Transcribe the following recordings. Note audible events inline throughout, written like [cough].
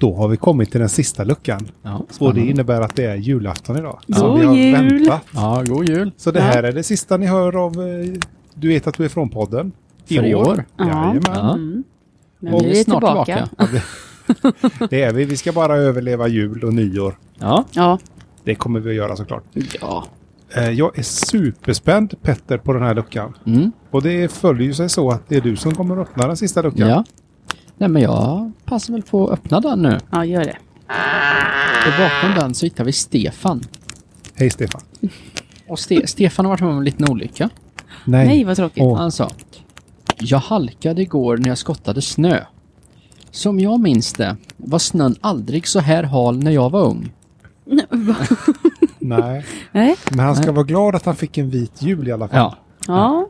Då har vi kommit till den sista luckan. Ja, Och det spännande. innebär att det är julafton idag. God vi har jul! väntat. ja, god jul. Så det Ja. här är det sista ni hör av eh, Du vet att du är från podden. För i år. Ja. Jajamän. Ja. Mm. Men Och vi är snart tillbaka. Ja, det- Det är vi. Vi ska bara överleva jul och nyår. Ja, [laughs] Ja. Det kommer vi att göra såklart. ja. Eh, Jag är superspänd Petter på den här luckan. mm. Och det följer ju sig så att det är du som kommer att öppna den sista luckan. ja. Nej, men jag passar väl på att öppna den nu. ja, gör det. Och bakom den så hittar vi Stefan. Hej Stefan. Och [laughs] Ste Stefan har varit med om en liten olycka. Nej. Nej, vad tråkigt. Åh. Han sa. Jag halkade igår när jag skottade snö. Som jag minns det var snön aldrig så här hal när jag var ung. Nej. Nej. Men han ska vara glad att han fick en vit jul i alla fall. Ja. Ja.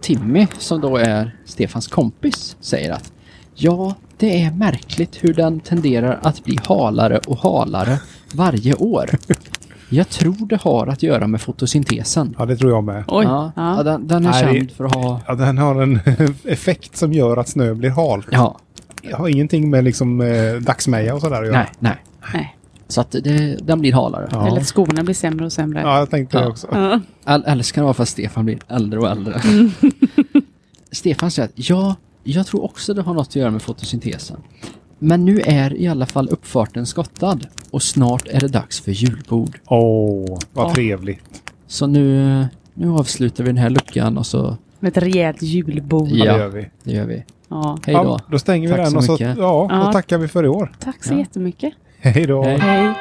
Timmy, som då är Stefans kompis, säger att ja, det är märkligt hur den tenderar att bli halare och halare varje år. Jag tror det har att göra med fotosyntesen. Ja, det tror jag med. Oj. Ja, ja. Ja. Den, den är Nej, det- känd för att ha... Ja, den har en [laughs] effekt som gör att snö blir hal. Ja, Jag har ingenting med liksom eh, dagsmeja och sådär att göra. nej, nej. Nej. Så att det, den blir halare. Ja. Eller att skorna blir sämre och sämre. Ja, jag tänkte det Ja. också. Äl- Eller ska det vara för att Stefan blir äldre och äldre? [laughs] Stefan säger att ja, jag tror också det har något att göra med fotosyntesen. Men nu är i alla fall uppfarten skottad och snart är det dags för julbord. Åh, vad Ja. trevligt. Så nu, nu avslutar vi den här luckan och så, Med ett rejält julbord. Ja, Ja. det gör vi. det gör vi. Ja. Hej då. Ja, då stänger vi Tack den så och så, mycket. ja, då Ja. tackar vi för i år. Tack så Ja. jättemycket. Hej då. Hej. Hej.